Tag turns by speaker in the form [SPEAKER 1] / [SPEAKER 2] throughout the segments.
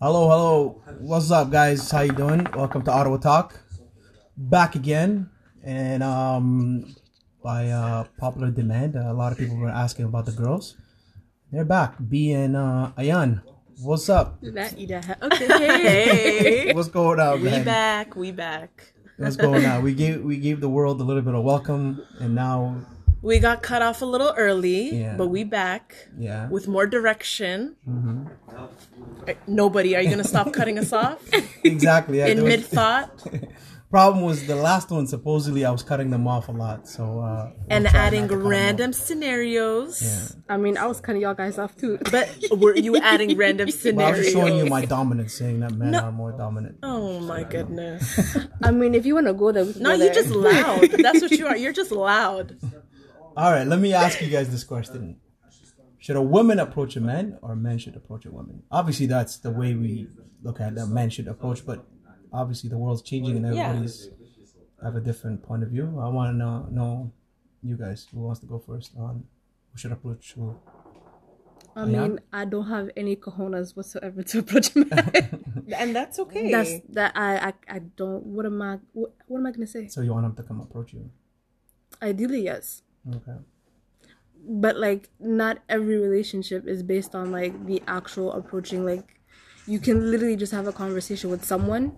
[SPEAKER 1] Hello, hello. What's up, guys? How you doing? Welcome to Ottawa Talk. Back again, and um, by uh, popular demand, a lot of people were asking about the girls. They're back. B and uh, Ayan. What's up?
[SPEAKER 2] That you that. Okay. Hey.
[SPEAKER 1] What's going on,
[SPEAKER 2] we
[SPEAKER 1] man?
[SPEAKER 2] back. We back.
[SPEAKER 1] What's going on? We gave we gave the world a little bit of welcome, and now,
[SPEAKER 2] We got cut off a little early,
[SPEAKER 1] Yeah.
[SPEAKER 2] but we back
[SPEAKER 1] yeah,
[SPEAKER 2] with more direction.
[SPEAKER 1] Mm-hmm.
[SPEAKER 2] Uh, Nobody, are you gonna stop cutting us off
[SPEAKER 1] exactly. Yeah,
[SPEAKER 2] in
[SPEAKER 1] there was-
[SPEAKER 2] mid thought
[SPEAKER 1] problem was the last one. Supposedly, I was cutting them off a lot, so uh, we'll
[SPEAKER 2] and
[SPEAKER 1] try not
[SPEAKER 2] adding
[SPEAKER 1] to cut them off.
[SPEAKER 2] random scenarios?
[SPEAKER 3] I mean, I was cutting y'all guys off too.
[SPEAKER 2] But were you adding random
[SPEAKER 1] Well, I
[SPEAKER 2] scenarios?
[SPEAKER 1] was just showing you my dominance, saying that men are more dominant.
[SPEAKER 2] oh my goodness!
[SPEAKER 3] I mean, if you want to go there, we can
[SPEAKER 2] No,
[SPEAKER 3] go
[SPEAKER 2] you
[SPEAKER 3] there.
[SPEAKER 2] just loud. That's what you are. You're just loud.
[SPEAKER 1] All right, let me ask you guys this question: Should a woman approach a man, or men should approach a woman? Obviously, that's the way we look at that men should approach, but obviously the world's changing and everybody's have a different point of view. I want to know, know you guys who wants to go first on who should approach who.
[SPEAKER 3] I mean, I don't have any cojones whatsoever to approach men.
[SPEAKER 2] And that's okay.
[SPEAKER 3] That's that I, I I don't. What am I? What, what am I gonna say?
[SPEAKER 1] So you want them to come approach you?
[SPEAKER 3] Ideally, yes,
[SPEAKER 1] Okay.
[SPEAKER 3] but like not every relationship is based on like the actual approaching. Like, you can literally just have a conversation with someone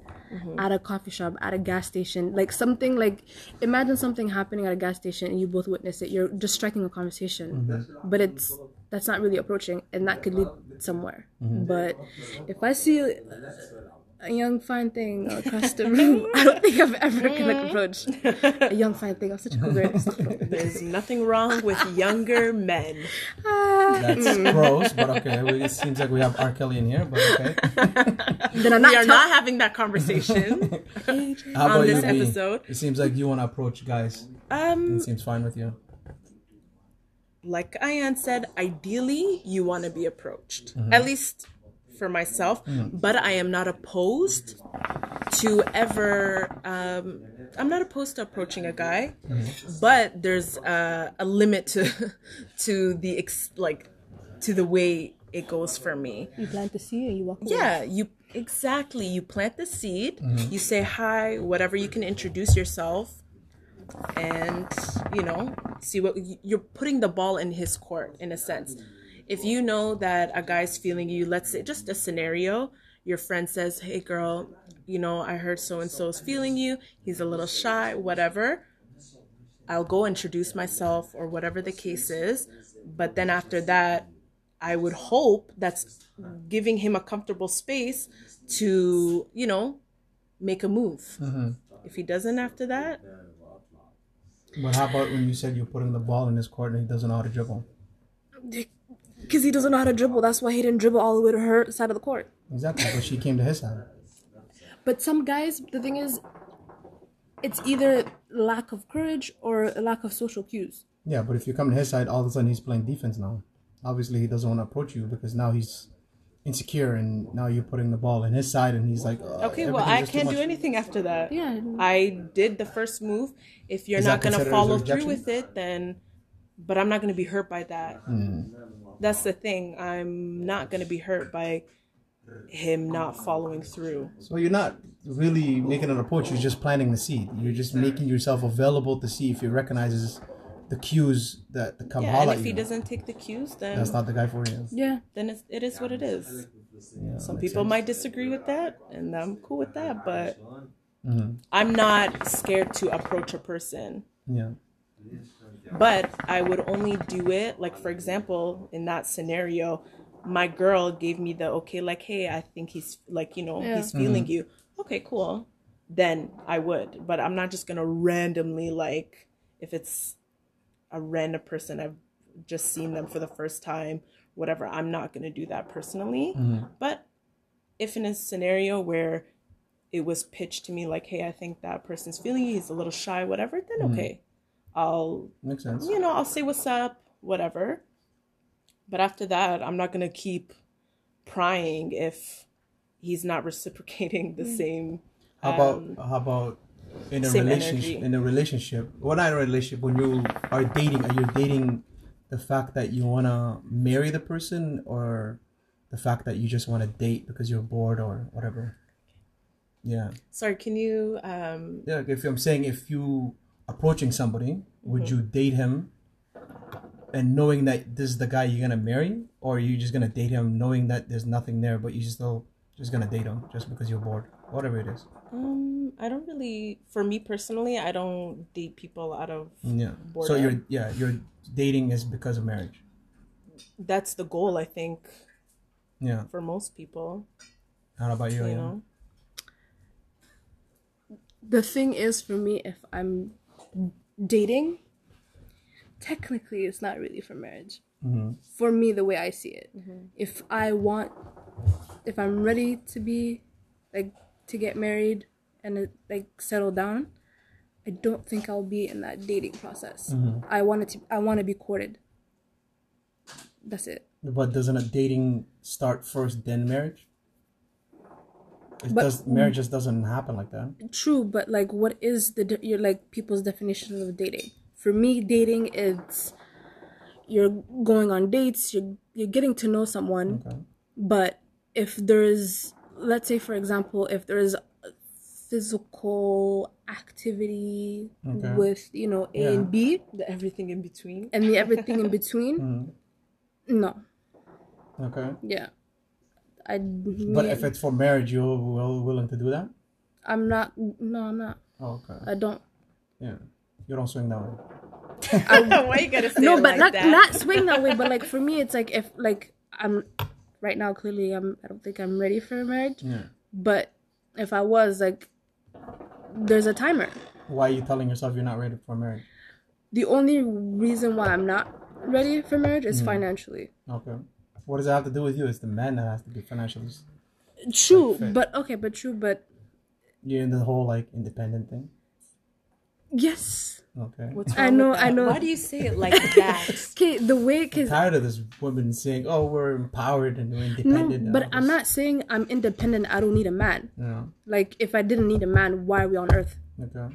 [SPEAKER 3] at a coffee shop, at a gas station, like something like imagine something happening at a gas station and you both witness it. You're just striking a conversation. but it's that's not really approaching and that could lead somewhere but if i see uh, a young fine thing across the room i don't think i've ever gonna approach a young fine thing i'm such a cool
[SPEAKER 2] There's nothing wrong with younger men.
[SPEAKER 3] Ah.
[SPEAKER 1] That's gross, but okay. We, it seems like we have R. Kelly in here, but okay.
[SPEAKER 3] then i'm
[SPEAKER 2] We
[SPEAKER 3] not,
[SPEAKER 2] are
[SPEAKER 3] tell-
[SPEAKER 2] not having that conversation.
[SPEAKER 1] How
[SPEAKER 2] on this
[SPEAKER 1] you, Bea?
[SPEAKER 2] episode.
[SPEAKER 1] It seems like you want to approach guys.
[SPEAKER 2] Um,
[SPEAKER 1] It seems fine with you.
[SPEAKER 2] like Ayan said, ideally you want to be approached. At least for myself, but I am not opposed to ever. Um, I'm not opposed to approaching a guy, but there's uh, a limit to to the ex- like to the way it goes for me.
[SPEAKER 3] you plant the seed and you walk away
[SPEAKER 2] Yeah, you exactly. You plant the seed. You say hi, whatever you can introduce yourself, and you know, see what you're putting the ball in his court in a sense. If you know that a guy's feeling you, let's say just a scenario, your friend says, "Hey, girl, you know, I heard so and so is feeling you. He's a little shy, whatever." I'll go introduce myself or whatever the case is, but then after that, I would hope that's giving him a comfortable space to, you know, make a move.
[SPEAKER 1] Mm-hmm.
[SPEAKER 2] If he doesn't after that,
[SPEAKER 1] But how about when you said you're putting the ball in his court and he doesn't know how to dribble?
[SPEAKER 3] because he doesn't know how to dribble that's why he didn't dribble all the way to her side of the court
[SPEAKER 1] Exactly, but she came to his side.
[SPEAKER 3] but some guys the thing is it's either lack of courage or a lack of social cues
[SPEAKER 1] Yeah, but if you come to his side, all of a sudden he's playing defense now. Obviously, he doesn't want to approach you because now he's insecure and now you're putting the ball in his side and he's like, "Ugh,
[SPEAKER 2] okay, well,
[SPEAKER 1] everything's
[SPEAKER 2] I
[SPEAKER 1] just too
[SPEAKER 2] can't
[SPEAKER 1] much."
[SPEAKER 2] do anything after that.
[SPEAKER 3] yeah
[SPEAKER 2] I did the first move. If you're
[SPEAKER 1] Is
[SPEAKER 2] not
[SPEAKER 1] that
[SPEAKER 2] going
[SPEAKER 1] considered as
[SPEAKER 2] to
[SPEAKER 1] a
[SPEAKER 2] follow through
[SPEAKER 1] rejection?
[SPEAKER 2] with it, then, but I'm not going to be hurt by that.
[SPEAKER 1] Hmm.
[SPEAKER 2] That's the thing. I'm not going to be hurt by him not following through.
[SPEAKER 1] So you're not really making an approach, you're just planting the seed. You're just making yourself available to see if he recognizes the cues that come
[SPEAKER 2] Yeah,
[SPEAKER 1] all
[SPEAKER 2] and
[SPEAKER 1] at
[SPEAKER 2] if he
[SPEAKER 1] you.
[SPEAKER 2] doesn't take the cues, then
[SPEAKER 1] That's not the guy for you.
[SPEAKER 3] yeah
[SPEAKER 2] then it's, it is what it is.
[SPEAKER 1] Yeah,
[SPEAKER 2] Some
[SPEAKER 1] makes
[SPEAKER 2] people
[SPEAKER 1] sense.
[SPEAKER 2] might disagree with that, and I'm cool with that, but
[SPEAKER 1] Mm-hmm.
[SPEAKER 2] I'm not scared to approach a person.
[SPEAKER 1] Yeah.
[SPEAKER 2] But I would only do it, like, for example, in that scenario, my girl gave me the okay, like, hey, I think he's, like, you know,
[SPEAKER 3] Yeah.
[SPEAKER 2] he's feeling
[SPEAKER 1] Mm-hmm.
[SPEAKER 2] you. Okay, cool. Then I would, but I'm not just gonna randomly, like, if it's a random person I've just seen them for the first time, whatever, I'm not gonna do that personally. But if in a scenario where it was pitched to me like, hey, I think that person's feeling you, he's a little shy, whatever, then okay. I'll
[SPEAKER 1] Makes sense.
[SPEAKER 2] you know, I'll say what's up, whatever. But after that, I'm not gonna keep prying if he's not reciprocating the same
[SPEAKER 1] How about how about in a
[SPEAKER 2] same
[SPEAKER 1] relationship?
[SPEAKER 2] energy.
[SPEAKER 1] In a relationship, well, not in a relationship. When you are dating, are you dating the fact that you wanna marry the person, or the fact that you just want to date because you're bored or whatever. Yeah.
[SPEAKER 2] Sorry, can you? Um,
[SPEAKER 1] Yeah, if I'm saying if you approaching somebody, would you date him and knowing that this is the guy you're gonna marry, or are you just gonna date him knowing that there's nothing there, but you just still just gonna date him just because you're bored, whatever it is.
[SPEAKER 2] um, I don't really. For me personally, I don't date people out of.
[SPEAKER 1] Yeah. So
[SPEAKER 2] Boredom.
[SPEAKER 1] you're yeah you're dating is because of marriage.
[SPEAKER 2] That's the goal, I think,
[SPEAKER 1] Yeah.
[SPEAKER 2] for most people.
[SPEAKER 1] How about you?
[SPEAKER 2] You
[SPEAKER 1] Ayana?
[SPEAKER 2] know.
[SPEAKER 3] the thing is for me if i'm dating technically it's not really for marriage for me the way i see it if i want if i'm ready to be like to get married and uh, like settle down i don't think i'll be in that dating process i want it to i want to be courted that's it
[SPEAKER 1] But doesn't a dating start first then marriage? It
[SPEAKER 3] But-
[SPEAKER 1] does marriage just doesn't happen like that.
[SPEAKER 3] True, but like, what is the de- your like people's definition of dating? For me, dating it's you're going on dates, you're you're getting to know someone,
[SPEAKER 1] Okay.
[SPEAKER 3] but if there's let's say for example, if there's physical activity
[SPEAKER 1] Okay.
[SPEAKER 3] with you know A
[SPEAKER 1] Yeah. Mm.
[SPEAKER 3] and B
[SPEAKER 2] The everything in between.
[SPEAKER 3] and the everything in between, no,
[SPEAKER 1] Okay.
[SPEAKER 3] yeah, I
[SPEAKER 1] But if it's for marriage, you're will, willing to do that?
[SPEAKER 3] I'm not no I'm not
[SPEAKER 1] Oh, okay.
[SPEAKER 3] I don't
[SPEAKER 1] Yeah. You don't swing that way.
[SPEAKER 2] Why you gotta say
[SPEAKER 3] no
[SPEAKER 2] it
[SPEAKER 3] but
[SPEAKER 2] like
[SPEAKER 3] not
[SPEAKER 2] that?
[SPEAKER 3] not swing that way but like for me it's like if like i'm right now clearly i'm i don't think i'm ready for marriage
[SPEAKER 1] Yeah.
[SPEAKER 3] but if i was like there's a timer
[SPEAKER 1] Why are you telling yourself you're not ready for marriage?
[SPEAKER 3] the only reason why i'm not ready for marriage is financially
[SPEAKER 1] Okay. What does that have to do with you? It's the man that has to be financially. s-
[SPEAKER 3] true
[SPEAKER 1] fair.
[SPEAKER 3] but okay but true but
[SPEAKER 1] You're in the whole like independent thing.
[SPEAKER 3] yes
[SPEAKER 1] Okay.
[SPEAKER 2] What's
[SPEAKER 3] I
[SPEAKER 2] wrong with
[SPEAKER 3] know, I
[SPEAKER 2] that?
[SPEAKER 3] know.
[SPEAKER 2] Why do you say it like that?
[SPEAKER 3] okay the way because
[SPEAKER 1] tired of this woman saying, "Oh, we're empowered and we're
[SPEAKER 3] no
[SPEAKER 1] independent."
[SPEAKER 3] but i'm not saying i'm independent i don't need a man
[SPEAKER 1] Yeah.
[SPEAKER 3] like if i didn't need a man why are we on earth
[SPEAKER 1] Okay.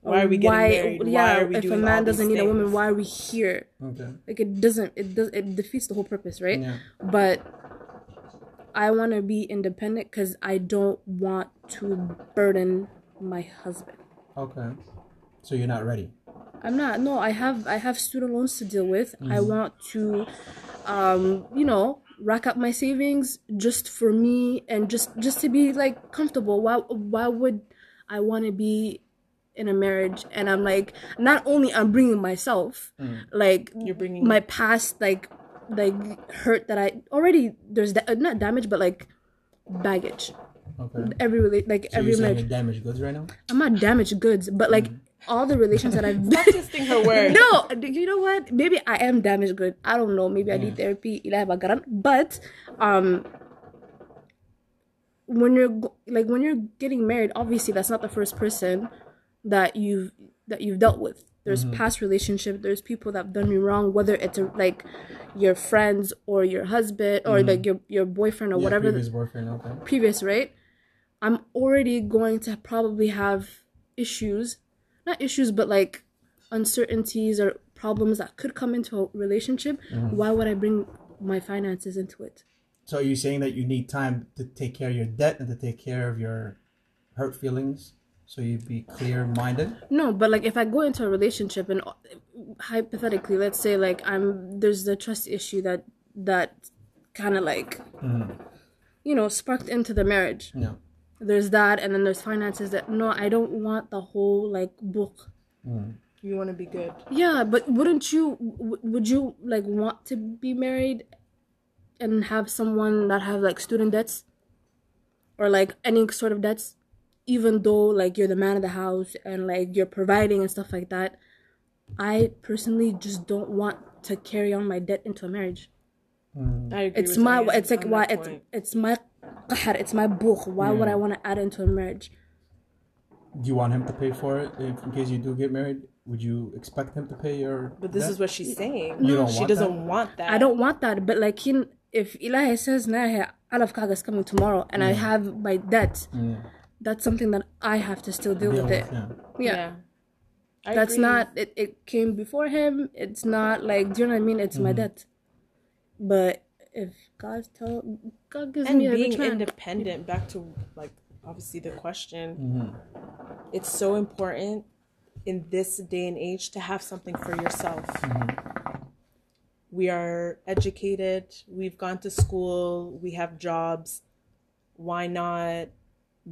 [SPEAKER 2] Why are we getting married? why are we
[SPEAKER 3] if
[SPEAKER 2] doing
[SPEAKER 3] a man
[SPEAKER 2] all these
[SPEAKER 3] doesn't need a woman
[SPEAKER 2] things?
[SPEAKER 3] why are we here
[SPEAKER 1] Okay.
[SPEAKER 3] like it doesn't it does it defeats the whole purpose right
[SPEAKER 1] Yeah.
[SPEAKER 3] but i want to be independent because i don't want to burden my husband
[SPEAKER 1] Okay. So you're not ready.
[SPEAKER 3] i'm not no i have i have student loans to deal with i want to um you know rack up my savings just for me and just just to be like comfortable why why would i want to be in a marriage and i'm like not only i'm bringing myself like
[SPEAKER 2] You're bringing
[SPEAKER 3] my past like like hurt that I already there's da- uh, not damage but like baggage
[SPEAKER 1] Okay.
[SPEAKER 3] every rela- like
[SPEAKER 1] So
[SPEAKER 3] every
[SPEAKER 1] you're saying
[SPEAKER 3] Uh,
[SPEAKER 1] Mm.
[SPEAKER 3] like
[SPEAKER 1] you're damaged goods right now?
[SPEAKER 3] I'm not damaged goods but like all the relations that I've
[SPEAKER 2] Stop
[SPEAKER 3] been
[SPEAKER 2] twisting her words.
[SPEAKER 3] no do you know what maybe I am damaged good I don't know maybe I need therapy إلى بقران. but um when you're go- like when you're getting married obviously that's not the first person that you've that you've dealt with there's
[SPEAKER 1] Mm-hmm.
[SPEAKER 3] past relationship there's people that have done you wrong whether it's a, like your friends or your husband or like your, your boyfriend or
[SPEAKER 1] Mm-hmm. Yeah,
[SPEAKER 3] whatever
[SPEAKER 1] Previous
[SPEAKER 3] previous.
[SPEAKER 1] boyfriend. Okay.
[SPEAKER 3] previous right i'm already going to probably have issues not issues but like uncertainties or problems that could come into a relationship why would i bring my finances into it
[SPEAKER 1] So are you saying that you need time to take care of your debt and to take care of your hurt feelings? So you'd be clear minded?
[SPEAKER 3] No, but like if I go into a relationship and uh, hypothetically, let's say like I'm there's the trust issue that that kind of like you know sparked into the marriage.
[SPEAKER 1] No.
[SPEAKER 3] There's that, and then there's finances that no, I don't want the whole like book.
[SPEAKER 2] You want to be good.
[SPEAKER 3] Yeah, but wouldn't you? W- would you like want to be married and have someone that have like student debts or like any sort of debts, even though like you're the man of the house and like you're providing and stuff like that? I personally just don't want to carry on my debt into a marriage.
[SPEAKER 2] I agree.
[SPEAKER 3] It's
[SPEAKER 2] with
[SPEAKER 3] my.
[SPEAKER 2] Ayana
[SPEAKER 3] It's like
[SPEAKER 2] on
[SPEAKER 3] why
[SPEAKER 2] that
[SPEAKER 3] it's
[SPEAKER 2] point. Hmm.
[SPEAKER 3] it's my. قهر, It's my book. Why would I want to add into a marriage?
[SPEAKER 1] Do you want him to pay for it if, in case you do get married? Would you expect him to pay your
[SPEAKER 2] But this
[SPEAKER 1] debt?
[SPEAKER 2] is what she's saying.
[SPEAKER 1] You don't
[SPEAKER 2] she
[SPEAKER 1] want
[SPEAKER 2] doesn't want that.
[SPEAKER 3] I don't want that. But like in, if Ilahi says nah, Alaf Kaga is coming tomorrow and I have my debt, that's something that I have to still deal
[SPEAKER 1] Deal
[SPEAKER 3] with it.
[SPEAKER 1] with, yeah.
[SPEAKER 3] Yeah.
[SPEAKER 2] I
[SPEAKER 3] That's
[SPEAKER 2] agree.
[SPEAKER 3] not it,
[SPEAKER 1] Mm.
[SPEAKER 3] it came before him. It's not like do you know what I mean? It's my debt. But if God tell God gives
[SPEAKER 2] and
[SPEAKER 3] me a
[SPEAKER 2] being
[SPEAKER 3] rich man,
[SPEAKER 2] independent back to like obviously the question
[SPEAKER 1] Mm-hmm,
[SPEAKER 2] it's so important in this day and age to have something for yourself
[SPEAKER 1] mm-hmm.
[SPEAKER 2] we are educated we've gone to school we have jobs why not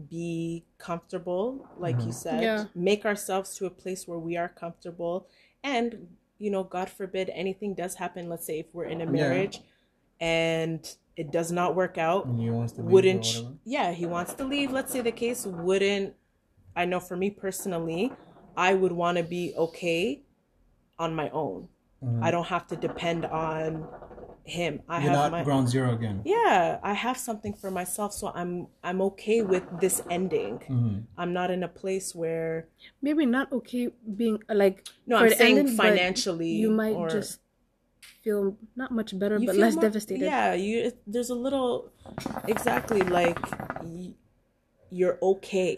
[SPEAKER 2] be comfortable like
[SPEAKER 1] Mm-hmm.
[SPEAKER 2] you said
[SPEAKER 3] Yeah.
[SPEAKER 2] make ourselves to a place where we are comfortable and you know god forbid anything does happen let's say if we're in a marriage and it does not work out
[SPEAKER 1] And you wants to leave or
[SPEAKER 2] wouldn't sh-
[SPEAKER 1] whatever.
[SPEAKER 2] yeah he wants to leave let's say the case wouldn't i know for me personally i would want to be okay on my own
[SPEAKER 1] Mm-hmm.
[SPEAKER 2] i don't have to depend on him i
[SPEAKER 1] You're
[SPEAKER 2] have
[SPEAKER 1] not
[SPEAKER 2] my
[SPEAKER 1] ground zero again.
[SPEAKER 2] yeah i have something for myself so i'm i'm okay with this ending
[SPEAKER 1] Mm-hmm.
[SPEAKER 2] i'm not in a place where
[SPEAKER 3] maybe not okay being uh, like
[SPEAKER 2] No,
[SPEAKER 3] for
[SPEAKER 2] I'm
[SPEAKER 3] the
[SPEAKER 2] saying
[SPEAKER 3] ending, but
[SPEAKER 2] financially
[SPEAKER 3] you might
[SPEAKER 2] or-
[SPEAKER 3] just feel not much better
[SPEAKER 2] you
[SPEAKER 3] but
[SPEAKER 2] feel
[SPEAKER 3] less
[SPEAKER 2] more-
[SPEAKER 3] devastated
[SPEAKER 2] Yeah, you there's a little exactly like y- you're okay.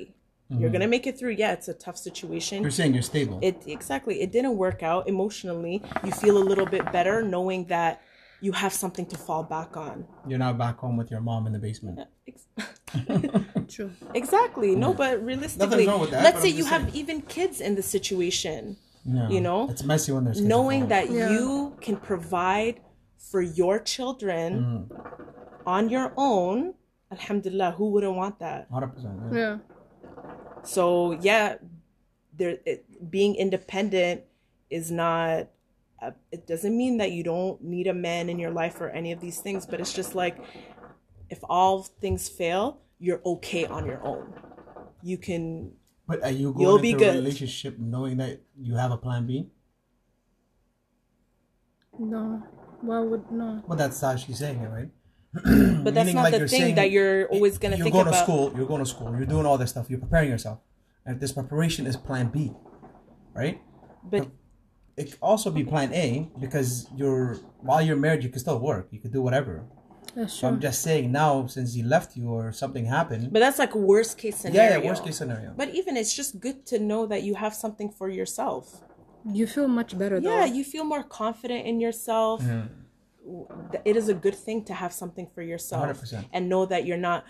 [SPEAKER 2] You're gonna make it through. Yeah, it's a tough situation.
[SPEAKER 1] Mm-hmm. You're saying you're stable.
[SPEAKER 2] It exactly. It didn't work out emotionally. You feel a little bit better knowing that you have something to fall back on.
[SPEAKER 1] you're not back home with your mom in the basement.
[SPEAKER 2] Ex-
[SPEAKER 3] true
[SPEAKER 2] Exactly. No, but realistically,
[SPEAKER 1] Nothing's wrong with that,
[SPEAKER 2] let's
[SPEAKER 1] but
[SPEAKER 2] say
[SPEAKER 1] I'm
[SPEAKER 2] you
[SPEAKER 1] just
[SPEAKER 2] have
[SPEAKER 1] saying.
[SPEAKER 2] even kids in the situation.
[SPEAKER 1] Yeah.
[SPEAKER 2] You know,
[SPEAKER 1] it's messy when there's kids
[SPEAKER 2] knowing
[SPEAKER 1] involved.
[SPEAKER 2] that
[SPEAKER 3] Yeah.
[SPEAKER 2] you can provide for your
[SPEAKER 1] Mm. Mm-hmm.
[SPEAKER 2] children on your own alhamdulillah who wouldn't want that
[SPEAKER 1] 100%. Yeah.
[SPEAKER 3] yeah
[SPEAKER 2] so yeah there it, being independent is not uh, it doesn't mean that you don't need a man in your life or any of these things but it's just like if all things fail you're okay on your own you can
[SPEAKER 1] But are you going
[SPEAKER 2] You'll
[SPEAKER 1] into
[SPEAKER 2] be
[SPEAKER 1] a
[SPEAKER 2] good.
[SPEAKER 1] relationship knowing that you have a plan B?
[SPEAKER 3] no why would no
[SPEAKER 1] Well, that's actually saying it, right?
[SPEAKER 2] but that's
[SPEAKER 1] Meaning,
[SPEAKER 2] not
[SPEAKER 1] like,
[SPEAKER 2] the
[SPEAKER 1] you're
[SPEAKER 2] thing
[SPEAKER 1] saying
[SPEAKER 2] that you're always going to
[SPEAKER 1] you're
[SPEAKER 2] think
[SPEAKER 1] going
[SPEAKER 2] about
[SPEAKER 1] to school. You're going to school. You're doing all this stuff. You're preparing yourself. And this preparation is plan B, right?
[SPEAKER 2] but
[SPEAKER 1] It could also be plan A because you're while you're married, you can still work. You could do whatever.
[SPEAKER 3] that's
[SPEAKER 1] So
[SPEAKER 3] true
[SPEAKER 1] I'm just saying now, since he left you or something happened,
[SPEAKER 2] but that's like worst case
[SPEAKER 1] yeah,
[SPEAKER 2] scenario
[SPEAKER 1] yeah, worst case scenario.
[SPEAKER 2] But even it's just good to know that you have something for yourself.
[SPEAKER 3] you feel much better though
[SPEAKER 2] Yeah, you feel more confident in yourself. W- th- It is a good thing to have something for yourself
[SPEAKER 1] 100%.
[SPEAKER 2] and know that you're not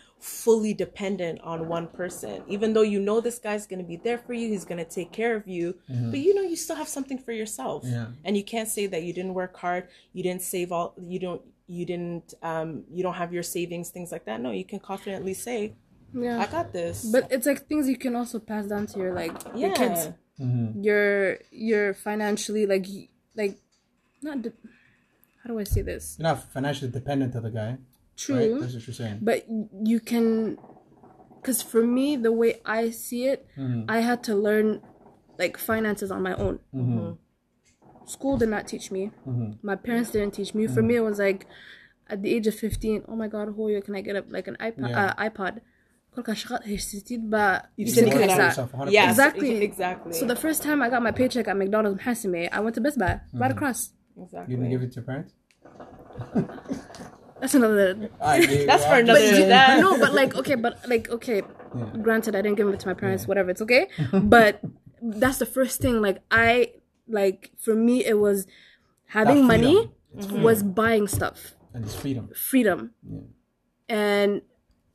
[SPEAKER 2] fully dependent on one person. Even though you know this guy's going to be there for you, he's going to take care of you, but you know you still have something for yourself.
[SPEAKER 1] Mm-hmm. Yeah.
[SPEAKER 2] And you can't say that you didn't work hard, you didn't save all, you don't you didn't um you don't have your savings things like that. No, you can confidently say,
[SPEAKER 3] yeah
[SPEAKER 2] I got this.
[SPEAKER 3] but it's like things you can also pass down to your like your kids you're you're financially like y- like not de- how do i say this
[SPEAKER 1] You're not financially dependent of the guy, right?
[SPEAKER 3] true
[SPEAKER 1] That's what you're saying.
[SPEAKER 3] but y- you can because for me the way i see it i had to learn like finances on my own
[SPEAKER 2] Mm-hmm.
[SPEAKER 3] school did not teach me my parents didn't teach me for me it was like at the age of 15 oh my god hoya can i get a, like an ipod
[SPEAKER 1] Yeah.
[SPEAKER 3] uh, ipod كل كان شغال هيشتيت بقى
[SPEAKER 1] seen
[SPEAKER 3] يمسك
[SPEAKER 1] it.
[SPEAKER 3] نفسها.
[SPEAKER 1] yourself, 100%.
[SPEAKER 2] yeah,
[SPEAKER 3] Exactly.
[SPEAKER 2] exactly.
[SPEAKER 3] So the first time I got my paycheck at McDonald's Hasime, I went to Best Buy,
[SPEAKER 1] Mm.
[SPEAKER 3] right across.
[SPEAKER 2] exactly.
[SPEAKER 1] You didn't give it to your parents.
[SPEAKER 3] That's another.
[SPEAKER 1] I gave-
[SPEAKER 2] That's for
[SPEAKER 1] I'm just
[SPEAKER 2] another-
[SPEAKER 1] saying.
[SPEAKER 2] that-
[SPEAKER 3] no, but like okay, but like okay. Granted, I didn't give it to my parents. Whatever, it's okay. But that's the first thing. Like I like for me, it was having
[SPEAKER 1] That freedom. Mm.
[SPEAKER 3] money was buying stuff,
[SPEAKER 1] And it's freedom.
[SPEAKER 3] freedom, and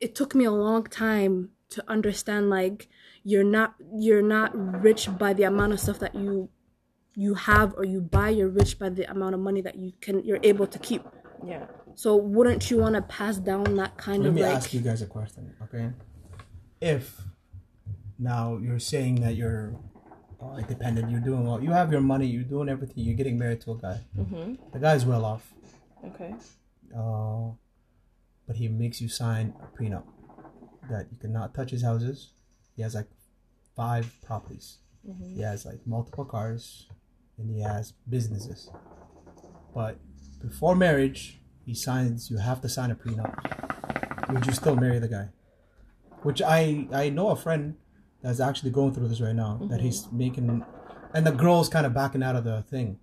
[SPEAKER 3] it took me a long time to understand like you're not you're not rich by the amount of stuff that you you have or you buy you're rich by the amount of money that you can you're able to keep
[SPEAKER 2] Yeah.
[SPEAKER 3] so wouldn't you want to pass down that kind
[SPEAKER 1] Let
[SPEAKER 3] of
[SPEAKER 1] me
[SPEAKER 3] like
[SPEAKER 1] ask you guys a question, okay? If now you're saying that you're uh, independent, you're doing well, you have your money, you're doing everything, you're getting married to a guy. The guy's well off,
[SPEAKER 2] Mm-hmm. Okay.
[SPEAKER 1] uh, but he makes you sign a prenup that you cannot touch his houses. He has like five properties, he has like multiple cars, and he has businesses. But before marriage, he signs, you have to sign a prenup would you still marry the guy? Which I I know a friend that's actually going through this right now that he's making, and the girl's kind of backing out of the thing.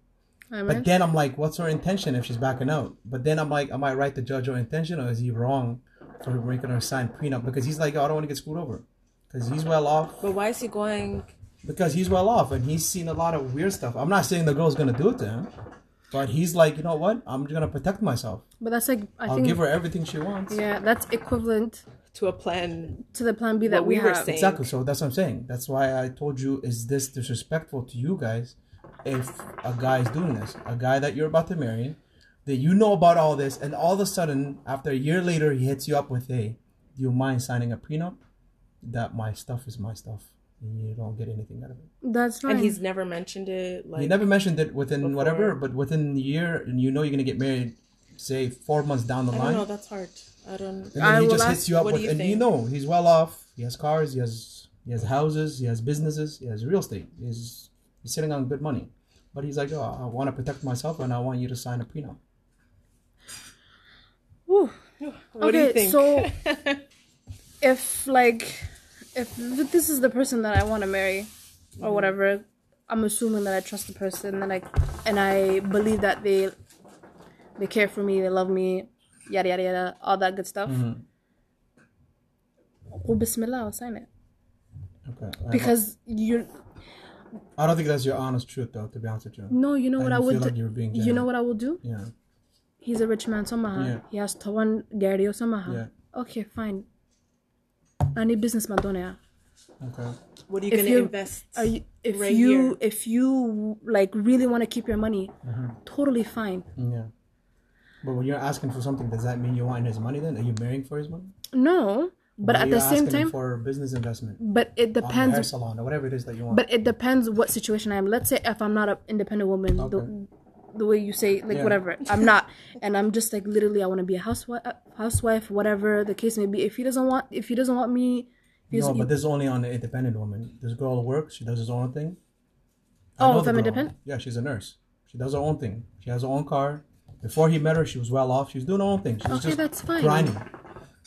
[SPEAKER 3] I
[SPEAKER 1] But
[SPEAKER 3] mean,
[SPEAKER 1] then I'm like, what's her intention if she's backing out? But then I'm like, am I right to judge her intention or is he wrong for making her sign prenup? Because he's like, oh, I don't want to get screwed over, because he's well off.
[SPEAKER 2] But why is he going?
[SPEAKER 1] Because he's well off and he's seen a lot of weird stuff. I'm not saying the girl's gonna do it to him, But he's like, you know what? I'm just gonna protect myself.
[SPEAKER 3] But that's like I
[SPEAKER 1] I'll
[SPEAKER 3] think
[SPEAKER 1] give her everything she wants.
[SPEAKER 3] yeah, that's equivalent
[SPEAKER 2] to a plan.
[SPEAKER 3] to the plan B that
[SPEAKER 2] we
[SPEAKER 3] we,
[SPEAKER 2] were
[SPEAKER 3] have.
[SPEAKER 2] saying.
[SPEAKER 1] Exactly. So that's what I'm saying. That's why I told you is this disrespectful to you guys if a guy is doing this? A guy that you're about to marry, that you know about all this, and all of a sudden, after a year later, he hits you up with, Hey, do you mind signing a prenup? That my stuff is my stuff. And you don't get anything out of it.
[SPEAKER 3] That's fine.
[SPEAKER 2] And he's never mentioned it. Like
[SPEAKER 1] You never mentioned it within whatever,
[SPEAKER 2] Before.
[SPEAKER 1] but within the year and you know you're gonna get married, say four months down the
[SPEAKER 2] I
[SPEAKER 1] line.
[SPEAKER 2] don't know. That's hard. I don't.
[SPEAKER 1] And then
[SPEAKER 3] I
[SPEAKER 1] he
[SPEAKER 3] will
[SPEAKER 1] just
[SPEAKER 3] ask-
[SPEAKER 1] hits you up
[SPEAKER 2] what do
[SPEAKER 1] with,
[SPEAKER 2] you
[SPEAKER 1] and you
[SPEAKER 2] think?
[SPEAKER 1] know, he's well off. He has cars. He has he has houses. He has businesses. He has real estate. He's he's sitting on good money, but he's like, oh, I want to protect myself, and I want you to sign a prenup.
[SPEAKER 3] Whew.
[SPEAKER 2] What do you think?
[SPEAKER 3] so if like if th- this is the person that I want to marry
[SPEAKER 1] Mm-hmm.
[SPEAKER 3] or whatever, I'm assuming that I trust the person and I and I believe that they they care for me, they love me, yada yada yada, all that good stuff.
[SPEAKER 1] Mm-hmm.
[SPEAKER 3] Well, bismillah, I'll sign it
[SPEAKER 1] Uh-huh. Okay. I-
[SPEAKER 3] because you
[SPEAKER 1] I don't think that's your honest truth, though. To be honest with you.
[SPEAKER 3] no, you know what
[SPEAKER 1] I
[SPEAKER 3] I,
[SPEAKER 1] feel
[SPEAKER 3] would.
[SPEAKER 1] like you're being
[SPEAKER 3] you know
[SPEAKER 1] generous.
[SPEAKER 3] what I will do?
[SPEAKER 1] Yeah.
[SPEAKER 3] He's a rich man somehow.
[SPEAKER 1] Yeah.
[SPEAKER 3] He has Tawan Gary or somehow.
[SPEAKER 1] Yeah.
[SPEAKER 3] Okay, fine. Any business madonna.
[SPEAKER 1] Okay.
[SPEAKER 2] what are you
[SPEAKER 3] if
[SPEAKER 2] going to
[SPEAKER 3] you-
[SPEAKER 2] invest?
[SPEAKER 3] Are you, if
[SPEAKER 2] Right
[SPEAKER 3] you
[SPEAKER 2] here.
[SPEAKER 3] if you like really want to keep your money,
[SPEAKER 1] Mm-hmm.
[SPEAKER 3] totally fine.
[SPEAKER 1] Yeah. But when you're asking for something, does that mean you want his money? Then are you marrying for his money?
[SPEAKER 3] No, but
[SPEAKER 1] Or
[SPEAKER 3] at
[SPEAKER 1] you're
[SPEAKER 3] the same
[SPEAKER 1] asking him
[SPEAKER 3] time,
[SPEAKER 1] for business investment,
[SPEAKER 3] but it
[SPEAKER 1] on a hair
[SPEAKER 3] depends.
[SPEAKER 1] salon, or whatever it is that you want.
[SPEAKER 3] But it depends what situation I am. Let's say if I'm not an independent woman,
[SPEAKER 1] Okay.
[SPEAKER 3] the, the way you say like
[SPEAKER 1] Yeah.
[SPEAKER 3] whatever, I'm not, and I'm just like literally I want to be a housewife, housewife, whatever the case may be. If he doesn't want, if he doesn't want me, if he's,
[SPEAKER 1] no, but this is only on an independent woman. This girl works. She does her own thing. I
[SPEAKER 3] Oh,
[SPEAKER 1] know
[SPEAKER 3] if
[SPEAKER 1] the
[SPEAKER 3] I'm
[SPEAKER 1] girl.
[SPEAKER 3] independent?
[SPEAKER 1] Yeah, she's a nurse. She does her own thing. She has her own car. Before he met her, she was well off. She was doing her own thing. She was
[SPEAKER 3] Okay,
[SPEAKER 1] just
[SPEAKER 3] that's fine.
[SPEAKER 1] grinding.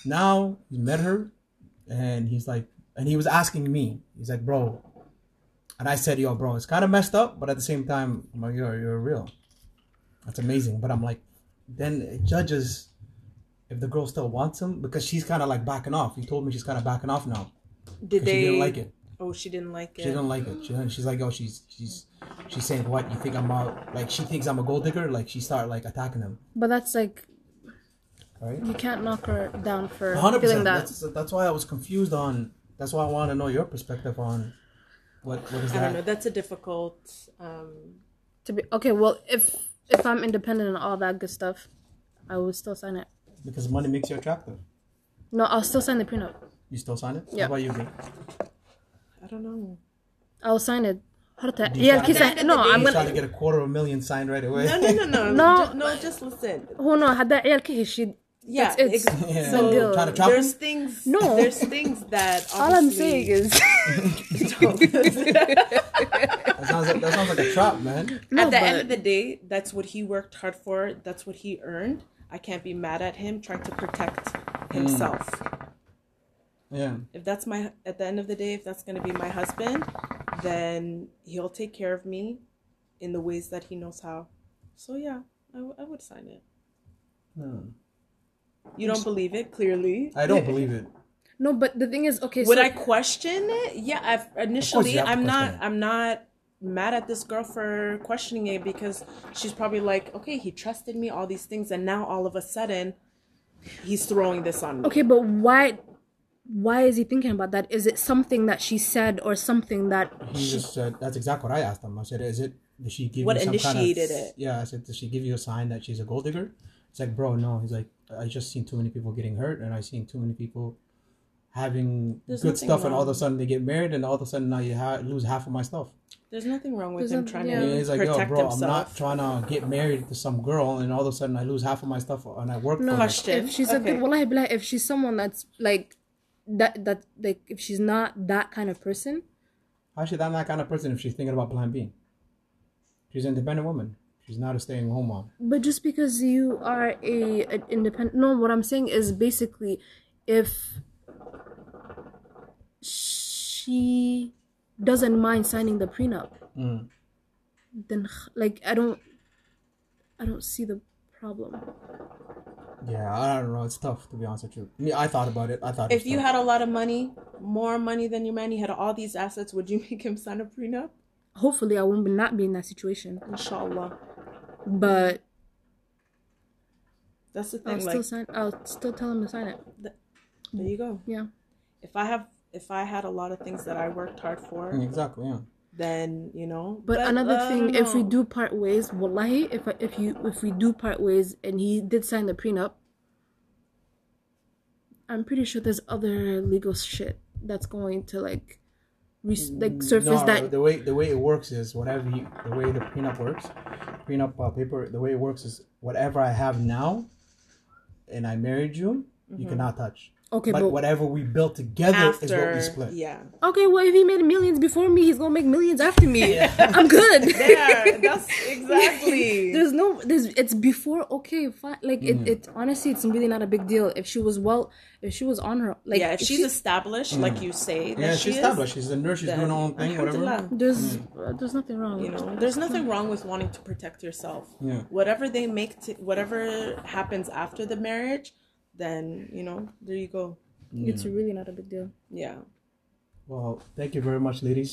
[SPEAKER 1] Now he met her, and he's like, and he was asking me. He's like, bro, and I said, yo, bro, it's kind of messed up, but at the same time, I'm like, yo, you're real. That's amazing. But I'm like, then it judges if the girl still wants him because she's kind of like backing off. You told me she's kind of backing off now.
[SPEAKER 2] Did
[SPEAKER 1] 'Cause
[SPEAKER 2] they
[SPEAKER 1] she didn't like it.
[SPEAKER 2] Oh, she didn't like it.
[SPEAKER 1] She didn't like it. She didn't, she's like, oh, she's she's she's saying what? You think I'm out? Like she thinks I'm a gold digger. Like she started like attacking him.
[SPEAKER 3] but that's like
[SPEAKER 1] Right?
[SPEAKER 3] you can't knock her down for
[SPEAKER 1] Hundred
[SPEAKER 3] feeling
[SPEAKER 1] percent.
[SPEAKER 3] that.
[SPEAKER 1] That's that's why I was confused on. That's why I want to know your perspective on what what is
[SPEAKER 2] I don't know.
[SPEAKER 1] that?
[SPEAKER 2] That's a difficult. Um,
[SPEAKER 3] to be okay well if if i'm independent and all that good stuff i will still sign it
[SPEAKER 1] Because money makes you attractive.
[SPEAKER 3] no i'll still sign the prenup
[SPEAKER 1] You still sign it?
[SPEAKER 3] Yeah.
[SPEAKER 1] How about you? B?
[SPEAKER 2] I don't know.
[SPEAKER 3] i'll sign it Harta- yeah,
[SPEAKER 1] try-
[SPEAKER 3] kiss I- no i'm
[SPEAKER 1] You trying to
[SPEAKER 3] gonna
[SPEAKER 1] get a quarter of a million signed right away?
[SPEAKER 2] No, no, no, no,
[SPEAKER 3] No.
[SPEAKER 2] Ju- no. Just listen.
[SPEAKER 3] oh no هذا عيال كهي she
[SPEAKER 2] Yeah,
[SPEAKER 3] It's- it's-
[SPEAKER 2] ex-
[SPEAKER 1] yeah.
[SPEAKER 2] so
[SPEAKER 3] Deal.
[SPEAKER 1] trying to chop
[SPEAKER 2] there's
[SPEAKER 1] him?
[SPEAKER 2] things.
[SPEAKER 3] No.
[SPEAKER 2] there's things that
[SPEAKER 3] all i'm
[SPEAKER 2] obviously-
[SPEAKER 3] saying is
[SPEAKER 1] That sounds like that sounds like a trap, man.
[SPEAKER 3] No,
[SPEAKER 2] at the
[SPEAKER 3] but-
[SPEAKER 2] end of the day, that's what he worked hard for. That's what he earned. I can't be mad at him trying to
[SPEAKER 1] Mm.
[SPEAKER 2] protect himself.
[SPEAKER 1] Yeah.
[SPEAKER 2] If that's my at the end of the day, if that's going to be my husband, then he'll take care of me in the ways that he knows how. So yeah, I, w- I would sign it. You don't believe it clearly.
[SPEAKER 1] Hmm. I don't believe it.
[SPEAKER 3] no but the thing is okay
[SPEAKER 2] Would I
[SPEAKER 3] so
[SPEAKER 2] question it? Yeah, I've,
[SPEAKER 1] you
[SPEAKER 2] initially
[SPEAKER 1] have to
[SPEAKER 2] I'm not.
[SPEAKER 1] question it.
[SPEAKER 2] I'm not mad at this girl for questioning it because she's probably like, okay, he trusted me, all these things, and now all of a sudden, he's throwing this on me.
[SPEAKER 3] okay but why why is he thinking about that is it something that she said or something that
[SPEAKER 1] He just said that's exactly what I asked him. I said, "Is it? Did she give
[SPEAKER 2] What
[SPEAKER 1] you some
[SPEAKER 2] initiated
[SPEAKER 1] kind of,
[SPEAKER 2] it?
[SPEAKER 1] Yeah, I said, "Did she give you a sign that she's a gold digger?" It's like, bro, no. He's like, I just seen too many people getting hurt, and I seen too many people having
[SPEAKER 2] There's
[SPEAKER 1] good
[SPEAKER 2] nothing
[SPEAKER 1] stuff, and all of a
[SPEAKER 2] wrong.
[SPEAKER 1] sudden they get married, and all of a sudden now you ha- lose half of my stuff.
[SPEAKER 2] There's nothing wrong with
[SPEAKER 3] There's
[SPEAKER 2] him
[SPEAKER 3] nothing-
[SPEAKER 2] trying
[SPEAKER 3] yeah.
[SPEAKER 1] And
[SPEAKER 2] to
[SPEAKER 1] he's like, yo,
[SPEAKER 2] protect
[SPEAKER 1] bro, I'm not
[SPEAKER 2] himself.
[SPEAKER 1] trying to get married to some girl, and all of a sudden I lose half of my stuff, and I work
[SPEAKER 3] Oh, no
[SPEAKER 1] for it.
[SPEAKER 2] Question.
[SPEAKER 3] if she's a
[SPEAKER 2] Okay.
[SPEAKER 3] good wallahi billahi, if she's someone that's like that that like if she's not that kind of person
[SPEAKER 1] How should I'm that kind of person if she's thinking about Plan B? She's an independent woman. She's not a staying home mom.
[SPEAKER 3] But just because you are a an independent, no, what I'm saying is basically, if she doesn't mind signing the prenup, then like I don't, I don't see the problem.
[SPEAKER 1] Yeah, I don't know. It's tough to be honest with you. I, mean, I thought about it. I thought it
[SPEAKER 2] If
[SPEAKER 1] was
[SPEAKER 2] you
[SPEAKER 1] tough.
[SPEAKER 2] had a lot of money, more money than your man, he had all these assets, would you make him sign a prenup?
[SPEAKER 3] Hopefully, I won't be not be in that situation.
[SPEAKER 2] Inshallah.
[SPEAKER 3] but
[SPEAKER 2] That's the
[SPEAKER 3] I'll
[SPEAKER 2] thing. Like,
[SPEAKER 3] still sign. I'll still tell him to sign it.
[SPEAKER 2] there you go.
[SPEAKER 3] Yeah.
[SPEAKER 2] If I have, if I had a lot of things that I worked hard for,
[SPEAKER 1] Exactly. Yeah.
[SPEAKER 2] then you know.
[SPEAKER 3] Mm. But another
[SPEAKER 2] uh,
[SPEAKER 3] thing, if we
[SPEAKER 2] no.
[SPEAKER 3] do part ways, wallahi, if I- if you if we do part ways, and he did sign the prenup, I'm pretty sure there's other legal shit that's going to like, res-
[SPEAKER 2] Mm,
[SPEAKER 3] like surface
[SPEAKER 1] no,
[SPEAKER 3] that.
[SPEAKER 1] the way the way it works is whatever you, the way the prenup works, prenup uh, paper. The way it works is whatever I have now, and I married you,
[SPEAKER 2] Mm-hmm.
[SPEAKER 1] you cannot touch.
[SPEAKER 3] Okay,
[SPEAKER 1] but,
[SPEAKER 3] but-
[SPEAKER 1] whatever we built together is what
[SPEAKER 2] after,
[SPEAKER 1] we split.
[SPEAKER 2] yeah,
[SPEAKER 3] Okay, well, if he made millions before me, he's gonna make millions after me. I'm good.
[SPEAKER 2] yeah, that's exactly.
[SPEAKER 3] there's no there's it's before okay fine like
[SPEAKER 2] Mm.
[SPEAKER 3] it, it honestly it's really not a big deal if she was well if she was on her like
[SPEAKER 2] yeah, if she's established, like you say, that
[SPEAKER 1] Mm. Yeah,
[SPEAKER 2] she
[SPEAKER 1] she's
[SPEAKER 2] is,
[SPEAKER 1] established. She's a nurse. She's doing her own thing. Whatever.
[SPEAKER 2] alhamdulillah,
[SPEAKER 3] there's uh, there's nothing wrong
[SPEAKER 2] Mm. You know, there's nothing wrong with wanting to protect yourself.
[SPEAKER 1] Yeah.
[SPEAKER 2] Whatever they make, to, whatever happens after the marriage, then you know, there you go.
[SPEAKER 3] it's really not a big deal
[SPEAKER 2] Yeah.
[SPEAKER 1] Well, thank you very much, ladies.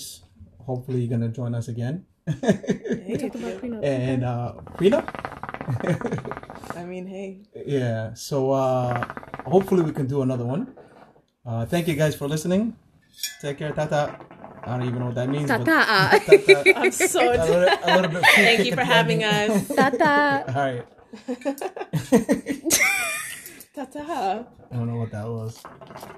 [SPEAKER 1] Hopefully, you're gonna join us again.
[SPEAKER 2] Hey, if
[SPEAKER 3] Talked about
[SPEAKER 2] you-
[SPEAKER 3] prenup.
[SPEAKER 1] and uh, prenup.
[SPEAKER 2] I mean, hey,
[SPEAKER 1] Yeah. So uh hopefully we can do another one. Uh thank you guys for listening. Take care, Tata. I don't even know what that means. but-
[SPEAKER 3] Tata.
[SPEAKER 1] Tata.
[SPEAKER 2] I'm so.
[SPEAKER 1] A little, a little bit.
[SPEAKER 2] Thank you for having us.
[SPEAKER 3] Tata.
[SPEAKER 1] All right.
[SPEAKER 2] Ta ta.
[SPEAKER 1] I don't know what that was.